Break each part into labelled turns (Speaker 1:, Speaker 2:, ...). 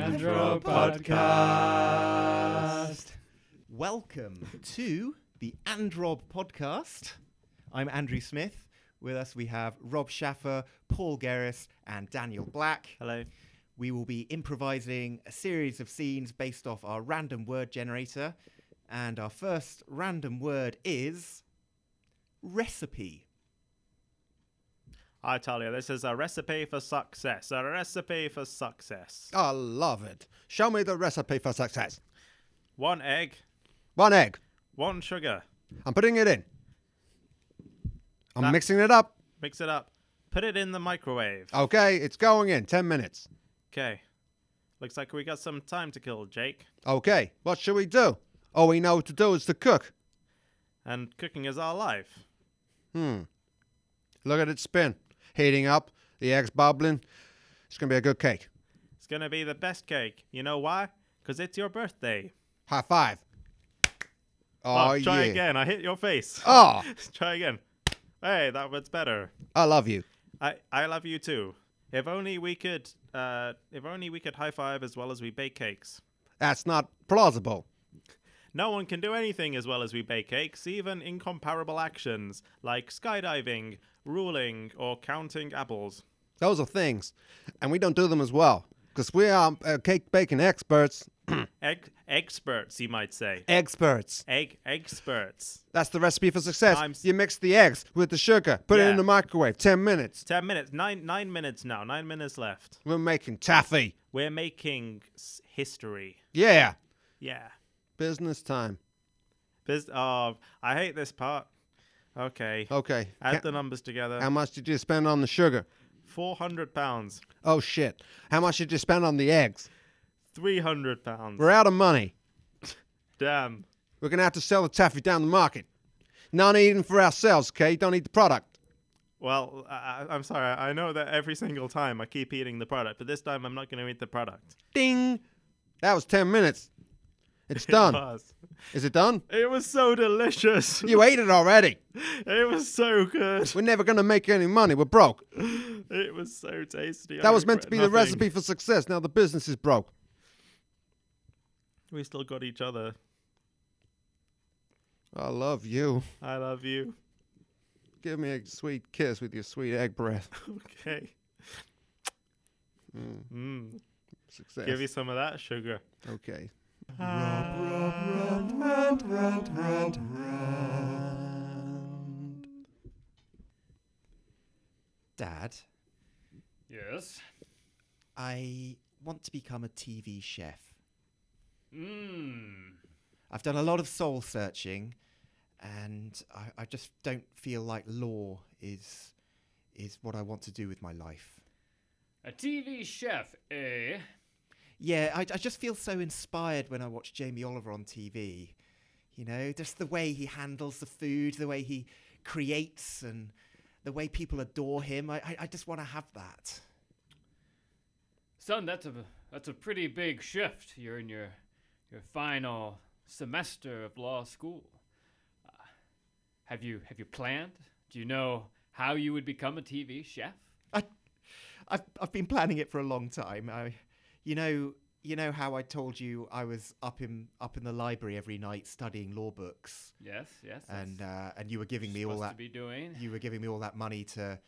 Speaker 1: Andro Podcast.
Speaker 2: Welcome to the Androb podcast. I'm Andrew Smith. With us, we have Rob Schaffer, Paul Gerris, and Daniel Black.
Speaker 1: Hello.
Speaker 2: We will be improvising a series of scenes based off our random word generator. And our first random word is recipe.
Speaker 1: I tell you, this is a recipe for success. A recipe for success.
Speaker 3: I love it. Show me the recipe for success.
Speaker 1: One egg,
Speaker 3: One egg.
Speaker 1: one sugar.
Speaker 3: I'm putting it in. I'm
Speaker 1: That-
Speaker 3: mixing it up.
Speaker 1: Mix it up. Put it in the microwave.
Speaker 3: Okay, it's going in. 10 minutes.
Speaker 1: Okay. Looks like we got some time to kill, Jake.
Speaker 3: Okay, what should we do? All we know to do is to cook.
Speaker 1: And cooking is our life.
Speaker 3: Hmm. Look at it spin. Heating up. The egg's bubbling. It's going to be a good cake.
Speaker 1: It's going to be the best cake. You know why? Because it's your birthday.
Speaker 3: High five. Oh,
Speaker 1: try
Speaker 3: yeah.
Speaker 1: again. I hit your face.
Speaker 3: Oh,
Speaker 1: try again. Hey, that was better.
Speaker 3: I love you.
Speaker 1: I, I love you too. If only we could, uh, if only we could high five as well as we bake cakes.
Speaker 3: That's not plausible.
Speaker 1: No one can do anything as well as we bake cakes, even incomparable actions like skydiving, ruling, or counting apples.
Speaker 3: Those are things. And we don't do them as well. Because we are uh, cake baking experts.
Speaker 1: Egg experts, you might say.
Speaker 3: Experts.
Speaker 1: Egg experts.
Speaker 3: That's the recipe for success.
Speaker 1: I'm s-
Speaker 3: you mix the eggs with the sugar, put it
Speaker 1: Yeah.
Speaker 3: in the microwave, 10 minutes.
Speaker 1: Ten minutes, nine nine minutes now. Nine minutes left.
Speaker 3: We're making taffy.
Speaker 1: We're making s- history.
Speaker 3: Yeah.
Speaker 1: Yeah.
Speaker 3: Business time.
Speaker 1: This. Oh, I hate this part. Okay.
Speaker 3: Okay.
Speaker 1: Add
Speaker 3: Oh, Ca-
Speaker 1: the numbers together.
Speaker 3: How much did you spend on the sugar?
Speaker 1: Four hundred pounds.
Speaker 3: Oh, shit. How much did you spend on the eggs?
Speaker 1: Three hundred pounds.
Speaker 3: We're out of money.
Speaker 1: Damn.
Speaker 3: We're going to have to sell the taffy down the market. Not eating for ourselves, okay? Don't eat the product.
Speaker 1: Well, I, I- I'm sorry. I know that every single time I keep eating the product, but this time I'm not going to eat the product.
Speaker 3: Ding. That was 10 minutes. It's done.
Speaker 1: It was,
Speaker 3: Is it done?
Speaker 1: it was so delicious.
Speaker 3: You ate it already.
Speaker 1: It was so good.
Speaker 3: We're never going to make any money. We're broke.
Speaker 1: It was so tasty. I
Speaker 3: That was meant to be
Speaker 1: regret
Speaker 3: the
Speaker 1: nothing.
Speaker 3: recipe for success. Now the business is broke.
Speaker 1: We still got each other.
Speaker 3: I love you.
Speaker 1: I love you.
Speaker 3: Give me a sweet kiss with your sweet egg breath.
Speaker 1: Okay.
Speaker 3: Mm,
Speaker 1: Mm.
Speaker 3: success.
Speaker 1: Give you some of that sugar.
Speaker 3: okay.
Speaker 2: Dad,
Speaker 4: Yes.
Speaker 2: I want to become a TV chef.
Speaker 4: Mmm.
Speaker 2: I've done a lot of soul searching, and I, I just don't feel like law is is what I want to do with my life.
Speaker 4: A TV chef, eh?
Speaker 2: Yeah, I, I just feel so inspired when I watch Jamie Oliver on TV. You know, just the way he handles the food, the way he creates, and the way people adore him. I, I, I just want to have that.
Speaker 4: Son, that's a that's a pretty big shift. You're in your your final semester of law school. Uh, have you have you planned? Do you know how you would become a TV chef?
Speaker 2: I, I've, I've been planning it for a long time. I, you know, you know how I told you I was up in up in the library every night studying law books,
Speaker 4: Yes, yes. that's
Speaker 2: and uh, and you were giving me all
Speaker 4: supposed to
Speaker 2: that
Speaker 4: be doing
Speaker 2: you were giving me all that money to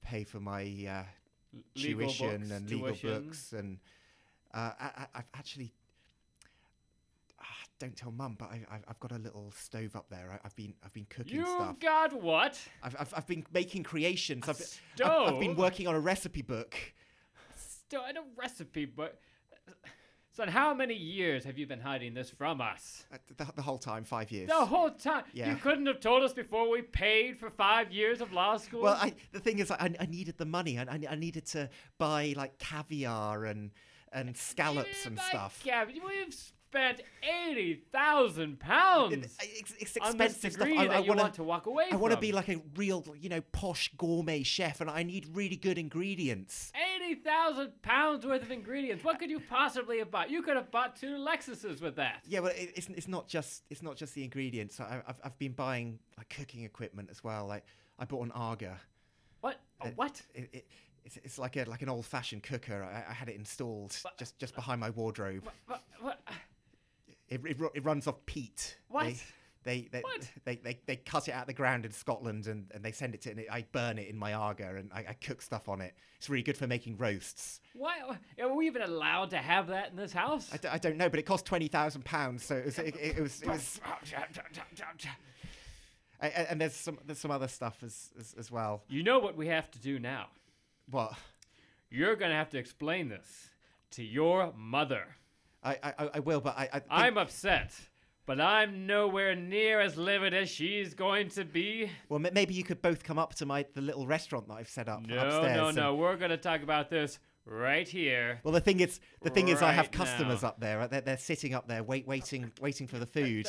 Speaker 2: pay for my uh,
Speaker 4: L- legal
Speaker 2: tuition
Speaker 4: books,
Speaker 2: and legal
Speaker 4: tuition.
Speaker 2: books and uh, I, I, I've actually Ah, don't tell mum, but I, I've, I've got a little stove up there. I, I've been I've been cooking
Speaker 4: You've
Speaker 2: stuff.
Speaker 4: got what?
Speaker 2: I've, I've I've been making creations.
Speaker 4: A
Speaker 2: I've, I've I've been
Speaker 4: stove?
Speaker 2: working on a recipe book.
Speaker 4: Still, I know recipe, but son, how many years have you been hiding this from us?
Speaker 2: Uh, The, the whole time, five years.
Speaker 4: The whole time.
Speaker 2: Yeah.
Speaker 4: You couldn't have told us before we paid for five years of law school.
Speaker 2: Well, I, the thing is, I, I needed the money. I, I, I needed to buy like caviar and and scallops and
Speaker 4: My
Speaker 2: stuff.
Speaker 4: God, we've spent eighty thousand pounds
Speaker 2: It- it's, it's
Speaker 4: Mm. on this
Speaker 2: expensive stuff.
Speaker 4: degree
Speaker 2: I,
Speaker 4: that
Speaker 2: I
Speaker 4: you
Speaker 2: wanna,
Speaker 4: want to walk away
Speaker 2: I
Speaker 4: want
Speaker 2: want to be like a real, you know, posh gourmet chef, and I need really good ingredients.
Speaker 4: eighty thousand pounds worth of ingredients. What could you possibly have bought? You could have bought two Lexuses with that.
Speaker 2: Yeah, well, it, it's, it's not just it's not just the ingredients. I, I've I've been buying like cooking equipment as well. Like I bought an Arga.
Speaker 4: What? a
Speaker 2: Uh,
Speaker 4: what?
Speaker 2: It, it, It's, it's like a like an old fashioned cooker. I, I had it installed
Speaker 4: But-
Speaker 2: just just behind my wardrobe.
Speaker 4: What? what?
Speaker 2: It, it, ru- it runs off peat.
Speaker 4: What?
Speaker 2: They, they they,
Speaker 4: What?
Speaker 2: they they they cut it out of the ground in Scotland and, and they send it to and it, I burn it in my arga and I, I cook stuff on it. It's really good for making roasts.
Speaker 4: Why are we even allowed to have that in this house?
Speaker 2: I, d- I don't know, but it cost twenty thousand pounds. So it was it, it, it was it was a- a- and there's some there's some other stuff as as, as well.
Speaker 4: You know what we have to do now.
Speaker 2: What
Speaker 4: You're gonna have to explain this to your mother.
Speaker 2: I I, I- I will, but I I, think-
Speaker 4: I'm upset, but I'm nowhere near as livid as she's going to be.
Speaker 2: well ma- maybe you could both come up to my the little restaurant that I've set up
Speaker 4: No,
Speaker 2: upstairs.
Speaker 4: no,
Speaker 2: and-
Speaker 4: no. We're gonna talk about this right here.
Speaker 2: Well, the thing is, the thing is, I have
Speaker 4: Right now.
Speaker 2: customers up there. right? They're, they're sitting up there, wait, waiting, waiting for the food.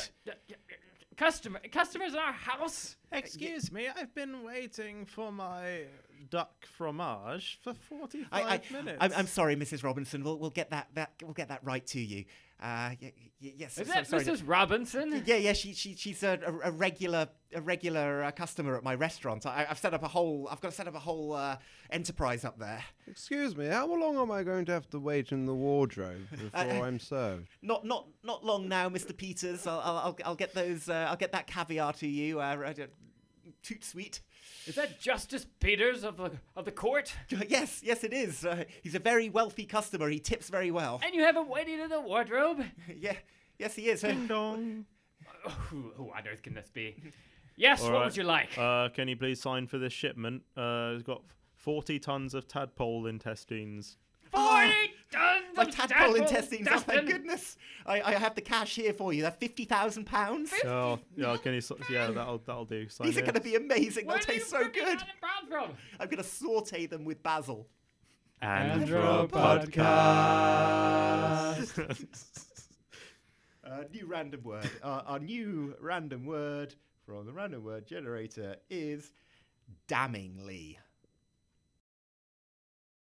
Speaker 4: Customer, customers in our house.
Speaker 1: Excuse me, I've been waiting for my duck fromage for 45
Speaker 2: I, I,
Speaker 1: minutes.
Speaker 2: I'm, I'm sorry, Mrs. Robinson. We'll, we'll get that, that we'll get that right to you. Uh, y- y- yes,
Speaker 4: Is
Speaker 2: so-
Speaker 4: that
Speaker 2: sorry.
Speaker 4: Mrs. Robinson?
Speaker 2: Yeah, yeah, she, she, she's a, a, a regular a regular uh, customer at my restaurant. I, I've set up a whole I've got to set up a whole uh, enterprise up there.
Speaker 3: Excuse me, how long am I going to have to wait in the wardrobe before I'm served?
Speaker 2: Not not not long now, Mr. Peters. I'll I'll, I'll, I'll get those uh, I'll get that caviar to you. Uh, right, uh, toot sweet.
Speaker 4: Is that Justice Peters of the of the court?
Speaker 2: Yes, yes, it is. Uh, he's a very wealthy customer. He tips very well.
Speaker 4: And you have him waiting in the wardrobe?
Speaker 2: yeah, yes, he is. Uh,
Speaker 1: Ding dong.
Speaker 4: who, who on earth can this be? Yes,
Speaker 1: All
Speaker 4: what
Speaker 1: right.
Speaker 4: would you like?
Speaker 1: Uh, can you please sign for this shipment? Uh, it's got 40 tons of tadpole intestines.
Speaker 4: Forty tons
Speaker 2: my
Speaker 4: of
Speaker 2: tadpole intestines. Oh my
Speaker 4: intestine.
Speaker 2: goodness! I, I have the cash here for you. They're fifty thousand pounds.
Speaker 1: Oh, yeah, can you? s- Yeah, that'll that'll do. Sign
Speaker 2: These are
Speaker 1: it.
Speaker 2: going to be amazing.
Speaker 4: Where
Speaker 2: They'll
Speaker 4: do you
Speaker 2: taste so
Speaker 4: bring it
Speaker 2: good.
Speaker 4: down in Brownsville?
Speaker 2: I'm going to saute them with basil.
Speaker 1: Andro
Speaker 2: Uh, new random word. our, our new random word from the random word generator is damningly.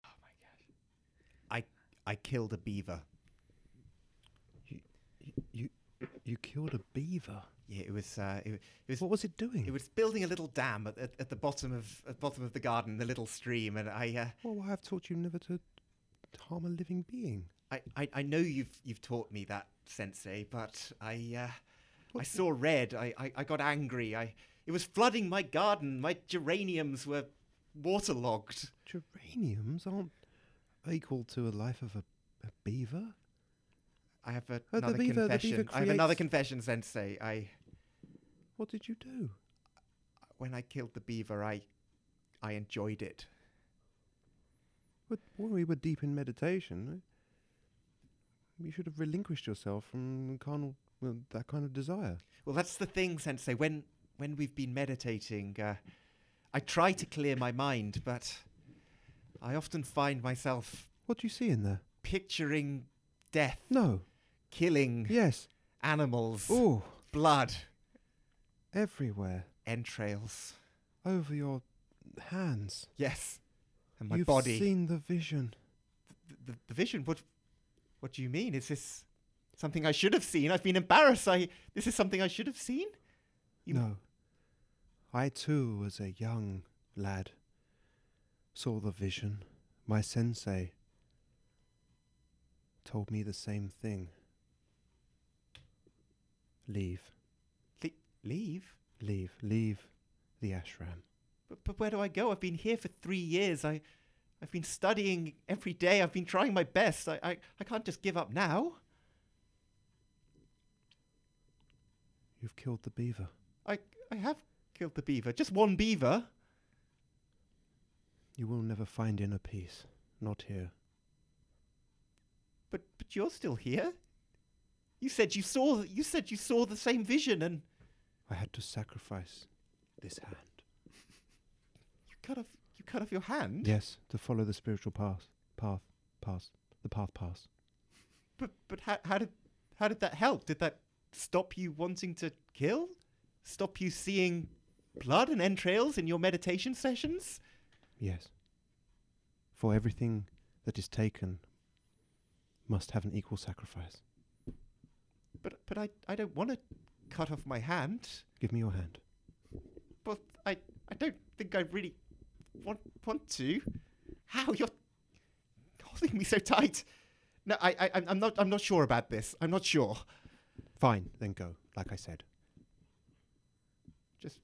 Speaker 4: Oh my gosh.
Speaker 2: I I killed a beaver.
Speaker 3: You, you killed a beaver.
Speaker 2: Yeah, it was uh, it, it was
Speaker 3: What was it doing?
Speaker 2: It was building a little dam at, at, at the bottom of at the bottom of the garden, the little stream, and I, uh,
Speaker 3: well, I have taught you never to harm a living being.
Speaker 2: uh, I, I, I know you've you've taught me that, Sensei, but I, uh, I saw red. I, I, I got angry. I, it was flooding my garden. My geraniums were waterlogged.
Speaker 3: Geraniums aren't equal to a life of a, a beaver.
Speaker 2: I have a-
Speaker 3: the
Speaker 2: another
Speaker 3: beaver- the beaver
Speaker 2: confession. I have another
Speaker 3: creates-
Speaker 2: confession, Sensei. I,
Speaker 3: What did you do?
Speaker 2: when I killed the beaver, I, I enjoyed it.
Speaker 3: But when we were deep in meditation, you should have relinquished yourself from carnal, well, that kind of desire.
Speaker 2: Well, that's the thing, Sensei. When when we've been meditating, uh, I try to clear my mind, but I often find myself
Speaker 3: What do you see in there?
Speaker 2: picturing death,
Speaker 3: No.
Speaker 2: killing
Speaker 3: Yes.
Speaker 2: animals,
Speaker 3: Oh,
Speaker 2: blood,
Speaker 3: everywhere.
Speaker 2: entrails.
Speaker 3: Over your hands.
Speaker 2: Yes, and my
Speaker 3: You've
Speaker 2: body.
Speaker 3: seen the vision.
Speaker 2: Th- the, the vision. What? What do you mean? Is this something I should have seen? I've been embarrassed. I. This is something I should have seen. You-
Speaker 3: no. I too was a young lad. Saw the vision. My sensei told me the same thing. Leave,
Speaker 2: Le- leave.
Speaker 3: leave, leave the ashram.
Speaker 2: But, but where do I go? I've been here for three years. I, I've been studying every day. I've been trying my best. I, I, I can't just give up now.
Speaker 3: You've killed the beaver.
Speaker 2: I, I have killed the beaver. Just one beaver.
Speaker 3: You will never find inner peace. Not here.
Speaker 2: But, but you're still here. You said you saw. You said you saw the same vision, and
Speaker 3: I had to sacrifice this hand.
Speaker 2: you cut off. You cut off your hand.
Speaker 3: Yes, to follow the spiritual path, path, path, the path, path.
Speaker 2: But, but how, how did, how did that help? Did that stop you wanting to kill? Stop you seeing blood and entrails in your meditation sessions?
Speaker 3: Yes. For everything that is taken must have an equal sacrifice.
Speaker 2: But, but I, I don't want to cut off my hand.
Speaker 3: Give me your hand.
Speaker 2: but I, I don't think I really want want to. How you're holding me so tight? No, I, I, I'm- I'm not. I'm not sure about this. I'm not sure.
Speaker 3: Fine, then go, like I said.
Speaker 2: Just,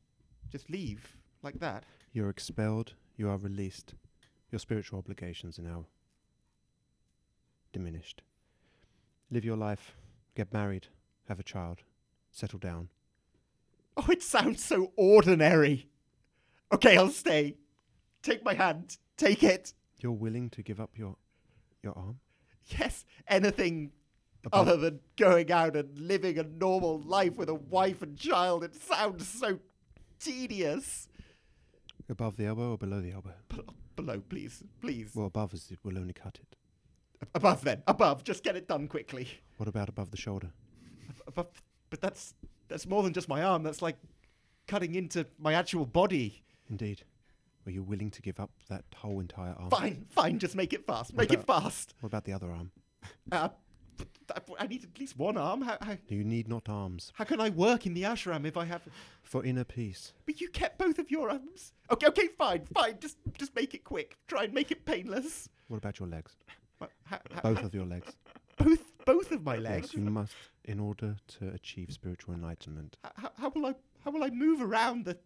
Speaker 2: just leave like that.
Speaker 3: You're expelled, you are released. Your spiritual obligations are now diminished. Live your life, get married, have a child, settle down.
Speaker 2: Oh, it sounds so ordinary. Okay, I'll stay. Take my hand. Take it.
Speaker 3: You're willing to give up your your arm?
Speaker 2: Yes, anything
Speaker 3: Above-
Speaker 2: other than going out and living a normal life with a wife and child. It sounds so tedious.
Speaker 3: above the elbow or below the elbow?
Speaker 2: Bel- Below, please, please.
Speaker 3: Well, above is it will only cut it.
Speaker 2: above then, above. Just get it done quickly.
Speaker 3: What about above the shoulder?
Speaker 2: Above, but that's that's more than just my arm. That's like cutting into my actual body.
Speaker 3: Indeed. Are you willing to give up that whole entire arm?
Speaker 2: Fine, fine. Just make it fast. Make it fast.
Speaker 3: What about the other arm?
Speaker 2: Uh, th- th- I need at least one arm. How, how,
Speaker 3: You need not arms
Speaker 2: how can I work in the ashram if I have?
Speaker 3: for inner peace.
Speaker 2: But you kept both of your arms. Okay, okay, fine, fine. Just just make it quick. Try and make it painless.
Speaker 3: What about your legs?
Speaker 2: But how- how-
Speaker 3: Both of your legs.
Speaker 2: both both of my
Speaker 3: Uh, Yes,
Speaker 2: legs.
Speaker 3: you must, in order to achieve spiritual enlightenment.
Speaker 2: How- How, how will I how will I move around the?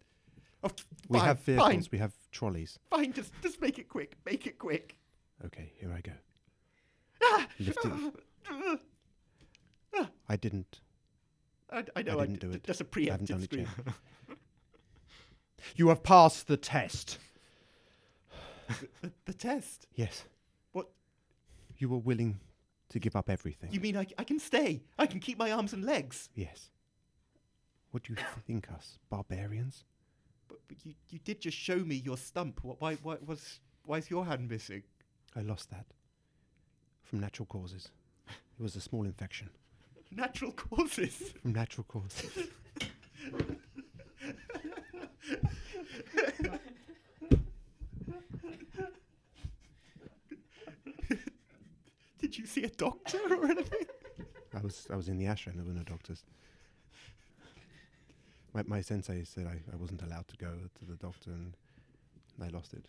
Speaker 2: Oh, f-
Speaker 3: We
Speaker 2: fine,
Speaker 3: have vehicles,
Speaker 2: Fine,
Speaker 3: we have trolleys.
Speaker 2: fine. Just just make it quick. Make it quick.
Speaker 3: Okay, here I go.
Speaker 2: Ah!
Speaker 3: Lift it. I didn't.
Speaker 2: I, I know.
Speaker 3: I
Speaker 2: I
Speaker 3: didn't
Speaker 2: d-
Speaker 3: do
Speaker 2: d-
Speaker 3: it.
Speaker 2: That's a
Speaker 3: I haven't done
Speaker 2: preemptive
Speaker 3: it yet.
Speaker 2: scream.
Speaker 3: You have passed the test.
Speaker 2: The test.
Speaker 3: Yes.
Speaker 2: What?
Speaker 3: You were willing to give up everything.
Speaker 2: You mean I, c- I can stay? I can keep my arms and legs.
Speaker 3: Yes. What do you think us, barbarians?
Speaker 2: But, but you you did just show me your stump. What? Why? Why was? Why is your hand missing?
Speaker 3: I lost that from natural causes. It was a small infection
Speaker 2: Natural causes.
Speaker 3: from natural causes.
Speaker 2: Did you see a doctor or anything?
Speaker 3: I was I was in the ashram. There were no doctors. My, my sensei said I, I wasn't allowed to go to the doctor, and I lost it.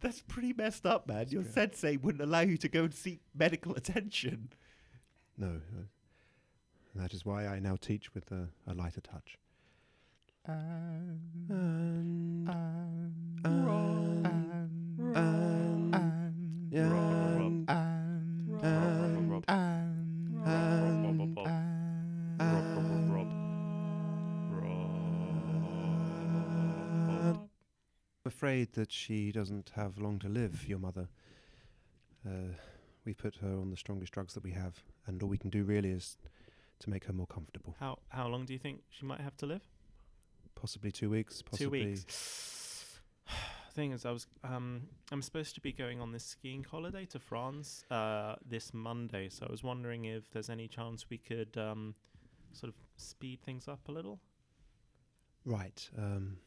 Speaker 2: That's pretty messed up, man. Your
Speaker 3: Yeah.
Speaker 2: sensei wouldn't allow you to go and seek medical attention.
Speaker 3: No, uh, and that is why I now teach with a, a lighter touch. And and and I'm afraid that she doesn't have long to live, your mother. Uh, we put her on the strongest drugs that we have, and all we can do really is to make her more comfortable.
Speaker 1: How how long do you think she might have to live?
Speaker 3: Possibly two weeks. Possibly
Speaker 1: Two weeks. Thing is, I was um, I'm supposed to be going on this skiing holiday to France uh, this Monday, so I was wondering if there's any chance we could um, sort of speed things up a little.
Speaker 3: Right. Um,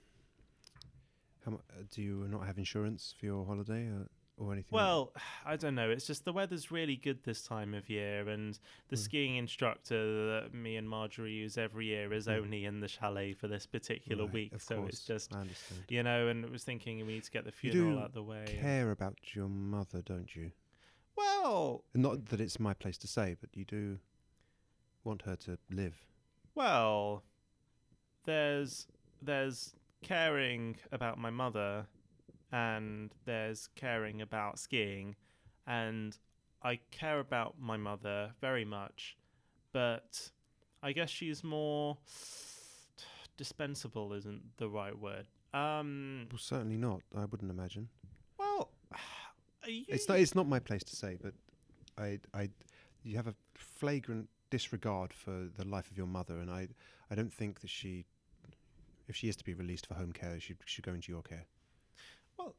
Speaker 3: how mu- uh, do you not have insurance for your holiday uh, or anything? like that?
Speaker 1: Well, I don't know. It's just the weather's really good this time of year, and the
Speaker 3: Mm.
Speaker 1: skiing instructor that me and Marjorie use every year is
Speaker 3: Mm.
Speaker 1: only in the chalet for this particular
Speaker 3: Right,
Speaker 1: week.
Speaker 3: of
Speaker 1: So it's
Speaker 3: course,
Speaker 1: just,
Speaker 3: I understand.
Speaker 1: you know, and I was thinking we need to get the
Speaker 3: You
Speaker 1: funeral
Speaker 3: do
Speaker 1: out the way. and-
Speaker 3: Care about your mother, don't you?
Speaker 1: Well,
Speaker 3: Not that it's my place to say, but you do want her to live.
Speaker 1: Well, there's there's caring about my mother, and there's caring about skiing, and I care about my mother very much, but I guess she's more dispensable. Isn't the right word? Um.
Speaker 3: Well, certainly not. I wouldn't imagine.
Speaker 1: Well, you,
Speaker 3: It's not. e- It's not my place to say, but I, I, you have a flagrant disregard for the life of your mother, and I, I don't think that she, if she is to be released for home care, she should go into your care.
Speaker 1: Well-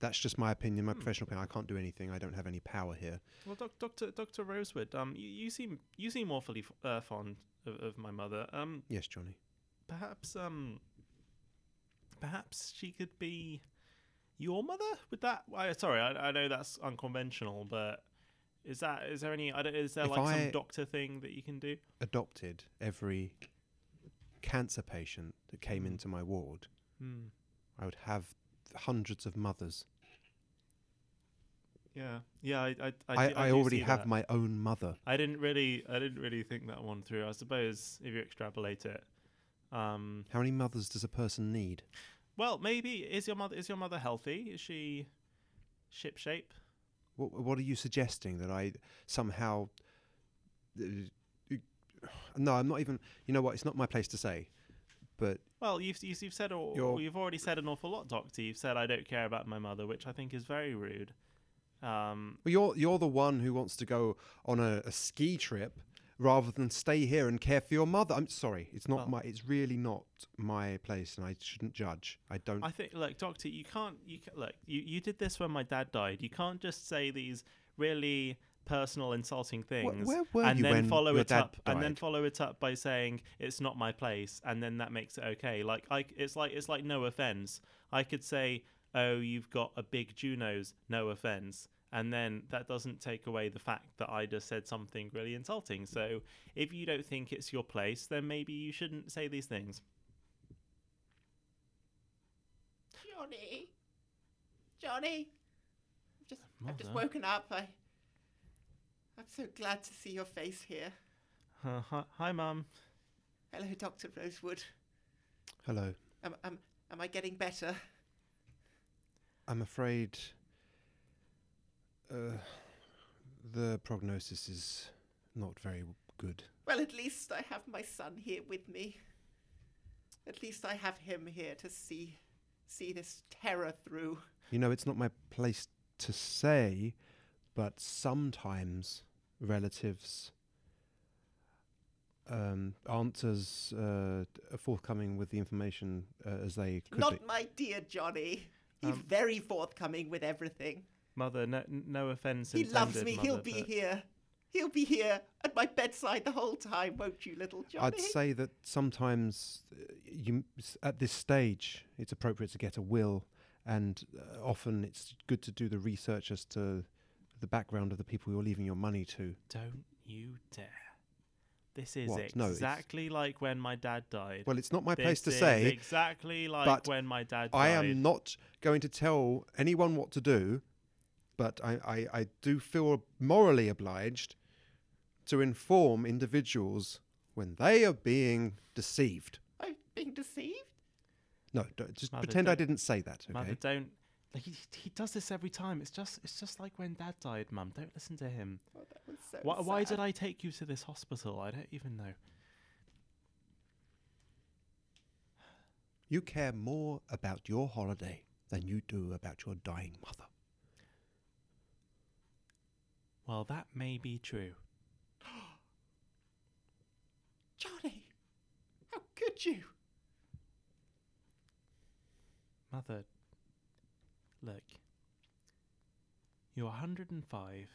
Speaker 3: that's just my opinion, my
Speaker 1: Hmm.
Speaker 3: professional opinion. I can't do anything. I don't have any power here.
Speaker 1: Well, doc- Doctor Doctor Rosewood, um, you, you seem you seem awfully f- uh, fond of, of my mother. Um,
Speaker 3: Yes, Johnny.
Speaker 1: perhaps um perhaps she could be your mother would that I, sorry I, I know that's unconventional but is that is there any I don't, is there
Speaker 3: If
Speaker 1: like
Speaker 3: I-
Speaker 1: some doctor thing that you can do
Speaker 3: Adopted every cancer patient that came into my ward.
Speaker 1: hmm.
Speaker 3: I would have hundreds of mothers
Speaker 1: Yeah, yeah. I, I, I,
Speaker 3: I,
Speaker 1: do-
Speaker 3: I,
Speaker 1: do
Speaker 3: already
Speaker 1: see
Speaker 3: have
Speaker 1: that.
Speaker 3: my own mother.
Speaker 1: I didn't really, I didn't really think that one through. I suppose if you extrapolate it, um,
Speaker 3: How many mothers does a person need?
Speaker 1: well, maybe is your mother is your mother healthy? Is she ship shape?
Speaker 3: What, what are you suggesting that I somehow? uh, No, I'm not even. You know what? It's not my place to say. But
Speaker 1: Well, you've you've, you've said all,
Speaker 3: Your-
Speaker 1: you've already said an awful lot, Doctor. You've said I don't care about my mother, which I think is very rude. Um,
Speaker 3: well, you're you're the one who wants to go on a, a ski trip rather than stay here and care for your mother. I'm sorry. It's not
Speaker 1: Well-
Speaker 3: my. It's really not my place, and I shouldn't judge. I don't.
Speaker 1: I think, look, Doctor, you can't, you ca look, you, you did this when my dad died. You can't just say these really personal, insulting things,
Speaker 3: where were
Speaker 1: and
Speaker 3: you
Speaker 1: then
Speaker 3: when
Speaker 1: follow
Speaker 3: your
Speaker 1: it
Speaker 3: dad
Speaker 1: up, and then
Speaker 3: died?
Speaker 1: follow it up by saying it's not my place, and then that makes it okay. Like, I, it's like it's like no offense. I could say, oh, you've got a big Juno's, no offense. And then that doesn't take away the fact that I just said something really insulting. So if you don't think it's your place, then maybe you shouldn't say these things.
Speaker 2: Johnny, Johnny, I've just, I've just
Speaker 1: Mother?
Speaker 2: woken up. I, I'm so glad to see your face here.
Speaker 1: Uh, hi, hi, mum.
Speaker 2: Hello, Doctor Rosewood.
Speaker 3: Hello.
Speaker 2: Am, am, am I getting better?
Speaker 3: I'm afraid uh, the prognosis is not very w- good.
Speaker 2: Well, at least I have my son here with me. At least I have him here to see, see this terror through.
Speaker 3: You know, it's not my place to say, but sometimes relatives um, aren't as uh, forthcoming with the information uh, as they could
Speaker 2: Not
Speaker 3: be.
Speaker 2: my dear Johnny. He's
Speaker 1: Um,
Speaker 2: very forthcoming with everything.
Speaker 1: Mother, no, no offense.
Speaker 2: He loves
Speaker 1: intended,
Speaker 2: me. He'll
Speaker 1: mother,
Speaker 2: be
Speaker 1: but-
Speaker 2: here. He'll be here at my bedside the whole time, won't you, little Johnny?
Speaker 3: I'd say that sometimes uh, you s- at this stage it's appropriate to get a will, and uh, often it's good to do the research as to the background of the people you're leaving your money to.
Speaker 1: Don't you dare. This is
Speaker 3: What? No, it's-
Speaker 1: exactly like when my dad died.
Speaker 3: Well, it's not my
Speaker 1: This
Speaker 3: place to
Speaker 1: is
Speaker 3: say.
Speaker 1: Exactly like
Speaker 3: but
Speaker 1: when my dad died.
Speaker 3: I am not going to tell anyone what to do, but I, I, I do feel morally obliged to inform individuals when they are being deceived.
Speaker 2: I'm being deceived.
Speaker 3: No, do just
Speaker 1: Mother,
Speaker 3: pretend I
Speaker 1: don't-
Speaker 3: didn't say that. Okay.
Speaker 1: Mother, don't. Like, he, he does this every time. It's just it's just like when dad died, mum. Don't listen to him.
Speaker 2: Oh, that was so
Speaker 1: Why, why
Speaker 2: sad.
Speaker 1: did I take you to this hospital? I don't even know.
Speaker 3: You care more about your holiday than you do about your dying mother.
Speaker 1: Well, that may be true.
Speaker 2: Johnny, how could you?
Speaker 1: Mother, look. You're 105.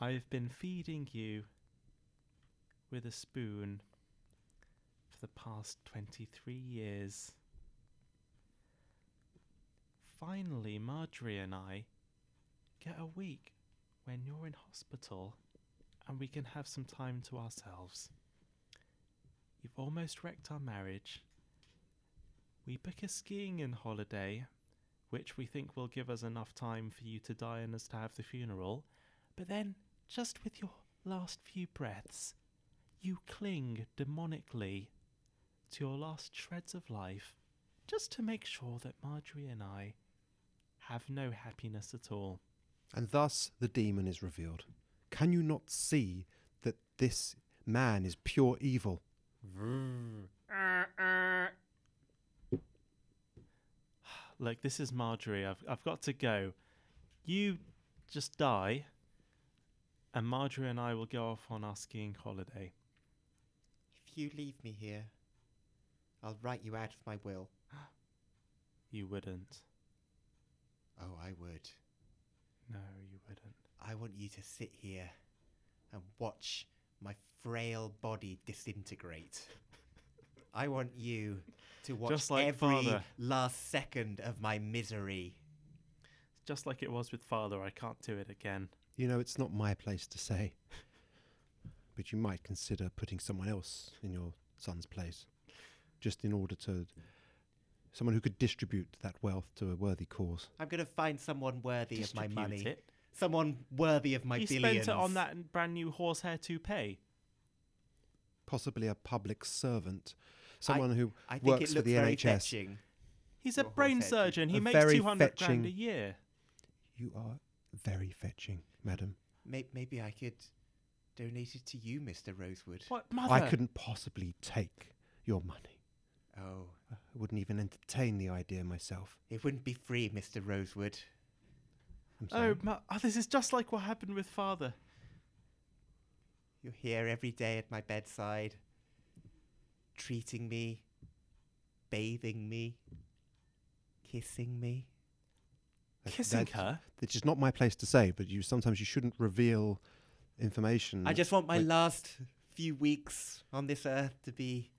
Speaker 1: I've been feeding you with a spoon for the past 23 years. Finally, Marjorie and I get a week when you're in hospital and we can have some time to ourselves. You've almost wrecked our marriage. We book a skiing in holiday, which we think will give us enough time for you to die and us to have the funeral. But then, just with your last few breaths, you cling demonically to your last shreds of life, just to make sure that Marjorie and I have no happiness at all.
Speaker 3: And thus the demon is revealed. Can you not see that this man is pure evil?
Speaker 4: Uh,
Speaker 1: Look, this is Marjorie. I've, I've got to go. You just die, and Marjorie and I will go off on our skiing holiday.
Speaker 2: If you leave me here, I'll write you out of my will.
Speaker 1: You wouldn't.
Speaker 2: Oh, I would.
Speaker 1: No, you wouldn't.
Speaker 2: I want you to sit here and watch my frail body disintegrate. I want you to watch
Speaker 1: Just like
Speaker 2: every
Speaker 1: father.
Speaker 2: last second of my misery.
Speaker 1: Just like it was with father, I can't do it again.
Speaker 3: You know, it's not my place to say. But you might consider putting someone else in your son's place, just in order to someone who could distribute that wealth to a worthy cause.
Speaker 2: I'm going to find someone worthy of my
Speaker 1: Distribute
Speaker 2: money.
Speaker 1: It.
Speaker 2: Someone worthy of my
Speaker 1: he
Speaker 2: billions.
Speaker 1: spent it on that n- brand new horsehair toupee.
Speaker 3: Possibly a public servant, someone who
Speaker 2: I think
Speaker 3: works
Speaker 2: it
Speaker 3: for
Speaker 2: looked
Speaker 3: the
Speaker 2: very
Speaker 3: NHS.
Speaker 2: fetching.
Speaker 1: He's a
Speaker 2: Your
Speaker 1: brain
Speaker 2: horsehair
Speaker 1: surgeon. He
Speaker 3: A
Speaker 1: makes
Speaker 3: very
Speaker 1: two hundred grand a
Speaker 3: fetching-
Speaker 1: year.
Speaker 3: You are very fetching, madam.
Speaker 2: May- Maybe I could donate it to you, Mr. Rosewood.
Speaker 1: What mother?
Speaker 3: I couldn't possibly take your money.
Speaker 2: Oh,
Speaker 3: I wouldn't even entertain the idea myself.
Speaker 2: it wouldn't be free, Mr. Rosewood.
Speaker 3: I'm sorry.
Speaker 1: Oh, ma- oh, this is just like what happened with father.
Speaker 2: You're here every day at my bedside, treating me, bathing me, kissing me.
Speaker 3: That-
Speaker 1: Kissing
Speaker 3: that-
Speaker 1: her.
Speaker 3: Which is not my place to say, but you sometimes you shouldn't reveal information.
Speaker 2: I just want my
Speaker 3: Wait.
Speaker 2: last few weeks on this earth to be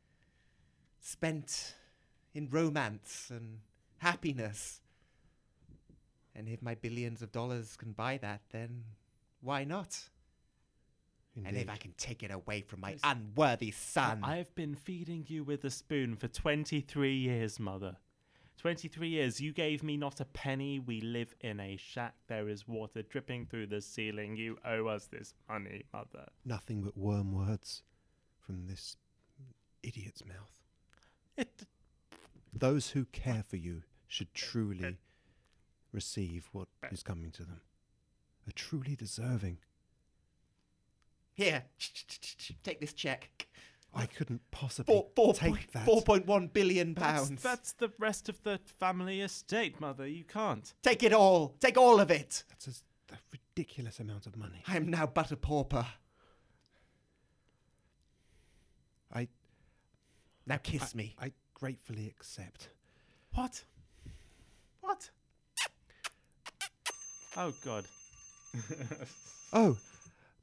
Speaker 2: spent in romance and happiness. And if my billions of dollars can buy that, then why not? And if
Speaker 3: Indeed.
Speaker 2: I can take it away from my
Speaker 1: Yes.
Speaker 2: unworthy son.
Speaker 1: I have been feeding you with a spoon for 23 years, mother. 23 years. You gave me not a penny. We live in a shack. There is water dripping through the ceiling. You owe us this money, mother.
Speaker 3: nothing but worm words from this idiot's mouth.
Speaker 1: It,
Speaker 3: Those who care for you should truly receive what is coming to them. Are truly deserving.
Speaker 2: Here, take this check.
Speaker 3: I couldn't possibly
Speaker 2: Four, four,
Speaker 3: take
Speaker 2: point,
Speaker 3: that.
Speaker 2: 4.1 billion
Speaker 1: that's,
Speaker 2: pounds.
Speaker 1: that's the rest of the family estate, mother. You can't.
Speaker 2: Take it all. Take all of it.
Speaker 3: That's a, s- a ridiculous amount of money.
Speaker 2: I am now but a pauper.
Speaker 3: I,
Speaker 2: Now kiss
Speaker 3: I-
Speaker 2: me.
Speaker 3: I gratefully accept.
Speaker 1: What? What? Oh, God.
Speaker 3: Oh,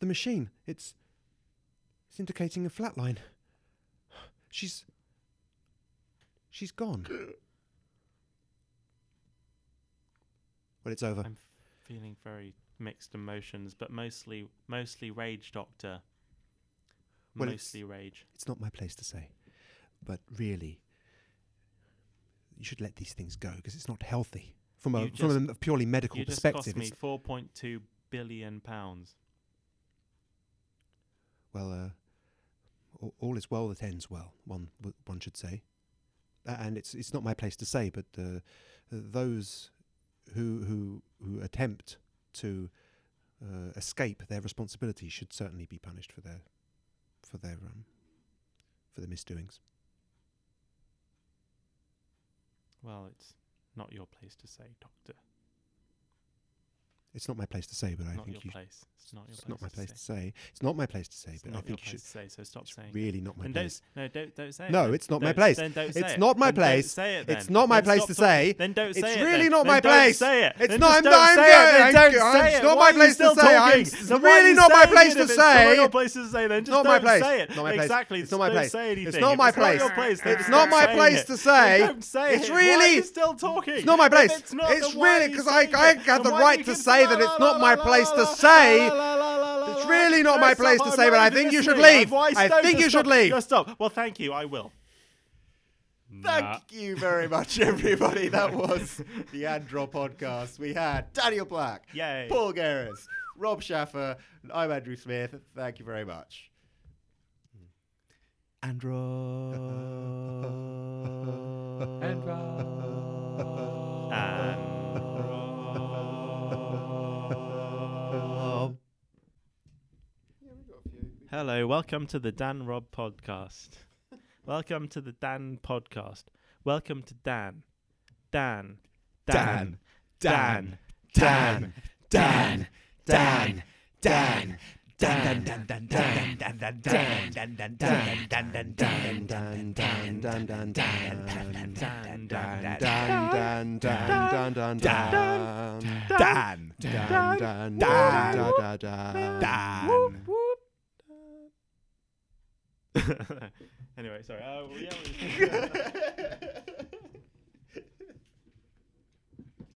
Speaker 3: the machine. It's it's indicating a flat line. She's she's gone. well, it's over.
Speaker 1: I'm feeling very mixed emotions, but mostly mostly rage, Doctor.
Speaker 3: Well, it's-
Speaker 1: mostly rage.
Speaker 3: It's not my place to say, but really, you should let these things go because it's not healthy from a
Speaker 1: You
Speaker 3: from a purely medical
Speaker 1: You just
Speaker 3: perspective.
Speaker 1: cost me
Speaker 3: it's-
Speaker 1: 4.2 billion pounds.
Speaker 3: well, uh, all, all is well that ends well. One w- one should say, A- and it's it's not my place to say, but uh, those who who who attempt to uh, escape their responsibility should certainly be punished for their for their um, for their misdoings.
Speaker 1: Well, it's not your place to say, Doctor.
Speaker 3: It's not my place to say, but I
Speaker 1: not
Speaker 3: think
Speaker 1: your
Speaker 3: you.
Speaker 1: place. It's not your
Speaker 3: It's
Speaker 1: place.
Speaker 3: not my
Speaker 1: to
Speaker 3: place
Speaker 1: say.
Speaker 3: to say. It's not my place to say,
Speaker 1: It's
Speaker 3: but I
Speaker 1: not your
Speaker 3: think you
Speaker 1: place
Speaker 3: should.
Speaker 1: to say. So stop
Speaker 3: It's
Speaker 1: saying. it.
Speaker 3: really not my
Speaker 1: Then don't
Speaker 3: place.
Speaker 1: s- no, don't don't say it.
Speaker 3: No,
Speaker 1: then.
Speaker 3: it's not my
Speaker 1: Don't-
Speaker 3: place.
Speaker 1: Then don't say
Speaker 3: It's
Speaker 1: it.
Speaker 3: not my
Speaker 1: Then don't
Speaker 3: place.
Speaker 1: say it.
Speaker 3: It's
Speaker 1: then.
Speaker 3: not my
Speaker 1: Then
Speaker 3: place
Speaker 1: stop
Speaker 3: to
Speaker 1: talking.
Speaker 3: say.
Speaker 1: Then don't
Speaker 3: It's
Speaker 1: say it.
Speaker 3: really
Speaker 1: then.
Speaker 3: not
Speaker 1: Then
Speaker 3: my
Speaker 1: don't
Speaker 3: place.
Speaker 1: Say it.
Speaker 3: It's
Speaker 1: Then
Speaker 3: not-
Speaker 1: just
Speaker 3: I'm-
Speaker 1: don't
Speaker 3: I'm
Speaker 1: say it. Then
Speaker 3: going-
Speaker 1: don't
Speaker 3: I'm-
Speaker 1: say
Speaker 3: it's
Speaker 1: it. Why
Speaker 3: not my
Speaker 1: are you
Speaker 3: place to
Speaker 1: still
Speaker 3: say. I'm-
Speaker 1: talking? Then
Speaker 3: it's
Speaker 1: why are
Speaker 3: really
Speaker 1: you
Speaker 3: not my
Speaker 1: saying
Speaker 3: place
Speaker 1: it
Speaker 3: to
Speaker 1: if it's not
Speaker 3: say.
Speaker 1: your place to say. Then
Speaker 3: It's
Speaker 1: just
Speaker 3: not my
Speaker 1: don't
Speaker 3: place.
Speaker 1: say it.
Speaker 3: It's not my place.
Speaker 1: Exactly.
Speaker 3: It's not my
Speaker 1: don't
Speaker 3: place.
Speaker 1: Say
Speaker 3: It's
Speaker 1: anything.
Speaker 3: not my
Speaker 1: If
Speaker 3: place.
Speaker 1: your place. then
Speaker 3: It's
Speaker 1: just
Speaker 3: not
Speaker 1: don't
Speaker 3: my
Speaker 1: say
Speaker 3: place
Speaker 1: it.
Speaker 3: to
Speaker 1: Then
Speaker 3: say.
Speaker 1: Don't say
Speaker 3: It's
Speaker 1: it. Why are
Speaker 3: really-
Speaker 1: you still talking?
Speaker 3: It's not my place.
Speaker 1: If it's not,
Speaker 3: It's
Speaker 1: then why are
Speaker 3: really-
Speaker 1: you
Speaker 3: 'cause I-
Speaker 1: saying
Speaker 3: I
Speaker 1: it?
Speaker 3: have the
Speaker 1: Then why do
Speaker 3: right
Speaker 1: you
Speaker 3: to
Speaker 1: keep-
Speaker 3: say
Speaker 1: la,
Speaker 3: that
Speaker 1: la,
Speaker 3: it's
Speaker 1: la,
Speaker 3: not my
Speaker 1: la,
Speaker 3: place to
Speaker 1: la, la,
Speaker 3: say.
Speaker 1: la, la, la, la, la,
Speaker 3: It's
Speaker 1: la.
Speaker 3: really not my
Speaker 1: Yes,
Speaker 3: place
Speaker 1: I'm
Speaker 3: to say, but I
Speaker 1: not
Speaker 3: think you should
Speaker 1: listening.
Speaker 3: leave.
Speaker 1: I've always
Speaker 3: I
Speaker 1: told
Speaker 3: think
Speaker 1: to
Speaker 3: you should
Speaker 1: stop.
Speaker 3: leave.
Speaker 1: Just Stop. Well, thank you. I will.
Speaker 4: Nah.
Speaker 2: Thank you very much, everybody. That was the Andro podcast. We had Daniel Black,
Speaker 1: Yay.
Speaker 2: Paul Garris, Rob Schaffer. and I'm Andrew Smith. Thank you very much. Andro.
Speaker 4: uh,
Speaker 1: Um, Hello, welcome to the Dan Rob podcast. welcome to the Dan podcast. Welcome to Dan. Dan. Dan. Dan. Dan. Dan. Dan. Dan. Dan.
Speaker 2: Dan. Dan.
Speaker 1: anyway, sorry. Uh, yeah, we-